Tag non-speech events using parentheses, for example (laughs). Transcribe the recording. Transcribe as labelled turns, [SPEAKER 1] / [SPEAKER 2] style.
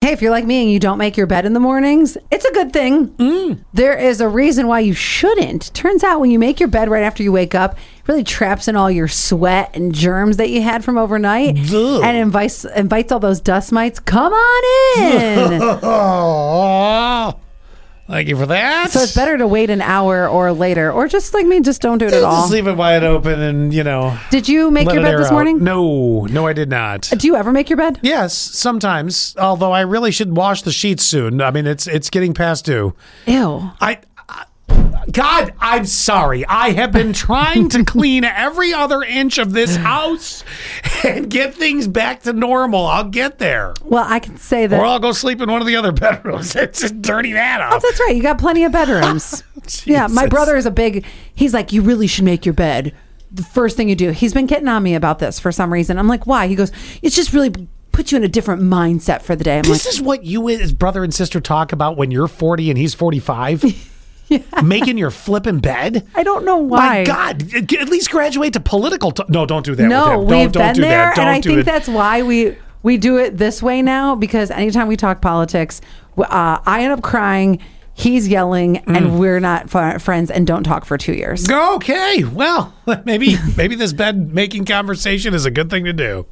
[SPEAKER 1] Hey, if you're like me and you don't make your bed in the mornings, it's a good thing.
[SPEAKER 2] Mm.
[SPEAKER 1] There is a reason why you shouldn't. Turns out when you make your bed right after you wake up, it really traps in all your sweat and germs that you had from overnight
[SPEAKER 2] Ugh.
[SPEAKER 1] and invites invites all those dust mites. Come on in.
[SPEAKER 2] (laughs) Thank you for that.
[SPEAKER 1] so it's better to wait an hour or later or just like me just don't do it at all.
[SPEAKER 2] Just leave it wide open and, you know,
[SPEAKER 1] Did you make
[SPEAKER 2] let
[SPEAKER 1] your
[SPEAKER 2] it
[SPEAKER 1] bed
[SPEAKER 2] air
[SPEAKER 1] this
[SPEAKER 2] out.
[SPEAKER 1] morning?
[SPEAKER 2] No, no, I did not.
[SPEAKER 1] Do you ever make your bed?
[SPEAKER 2] Yes, sometimes. Although I really should wash the sheets soon. I mean, it's it's getting past due.
[SPEAKER 1] Ew.
[SPEAKER 2] I, I God, I'm sorry. I have been trying
[SPEAKER 1] (laughs)
[SPEAKER 2] to clean every other inch of this house and get things back to normal. I'll get there.
[SPEAKER 1] Well, I can say that.
[SPEAKER 2] Or I'll go sleep in one of the other bedrooms. (laughs) It's just dirty that up.
[SPEAKER 1] That's right. You got plenty of
[SPEAKER 2] (laughs)
[SPEAKER 1] bedrooms. yeah, my
[SPEAKER 2] Jesus.
[SPEAKER 1] brother is a big. He's like, you really should make your bed. The first thing you do. He's been getting on me about this for some reason. I'm like, why? He goes, it's just really puts you in a different mindset for the day. I'm like,
[SPEAKER 2] This is what you as brother and sister talk about when you're 40 and he's
[SPEAKER 1] (laughs)
[SPEAKER 2] 45. Making your flipping bed.
[SPEAKER 1] I don't know why.
[SPEAKER 2] My God, at least graduate to political. T- no, don't do that. with
[SPEAKER 1] no,
[SPEAKER 2] him. Don't-
[SPEAKER 1] we've
[SPEAKER 2] don't
[SPEAKER 1] been
[SPEAKER 2] do
[SPEAKER 1] there,
[SPEAKER 2] that. Don't
[SPEAKER 1] and I
[SPEAKER 2] do
[SPEAKER 1] think
[SPEAKER 2] it.
[SPEAKER 1] that's why we we do it this way now. Because anytime we talk politics, w- uh, I end up crying. He's yelling,
[SPEAKER 2] Mm.
[SPEAKER 1] and we're not f- friends, and don't talk for two years.
[SPEAKER 2] (laughs) Okay, well, maybe maybe this bed making conversation is a good thing to do.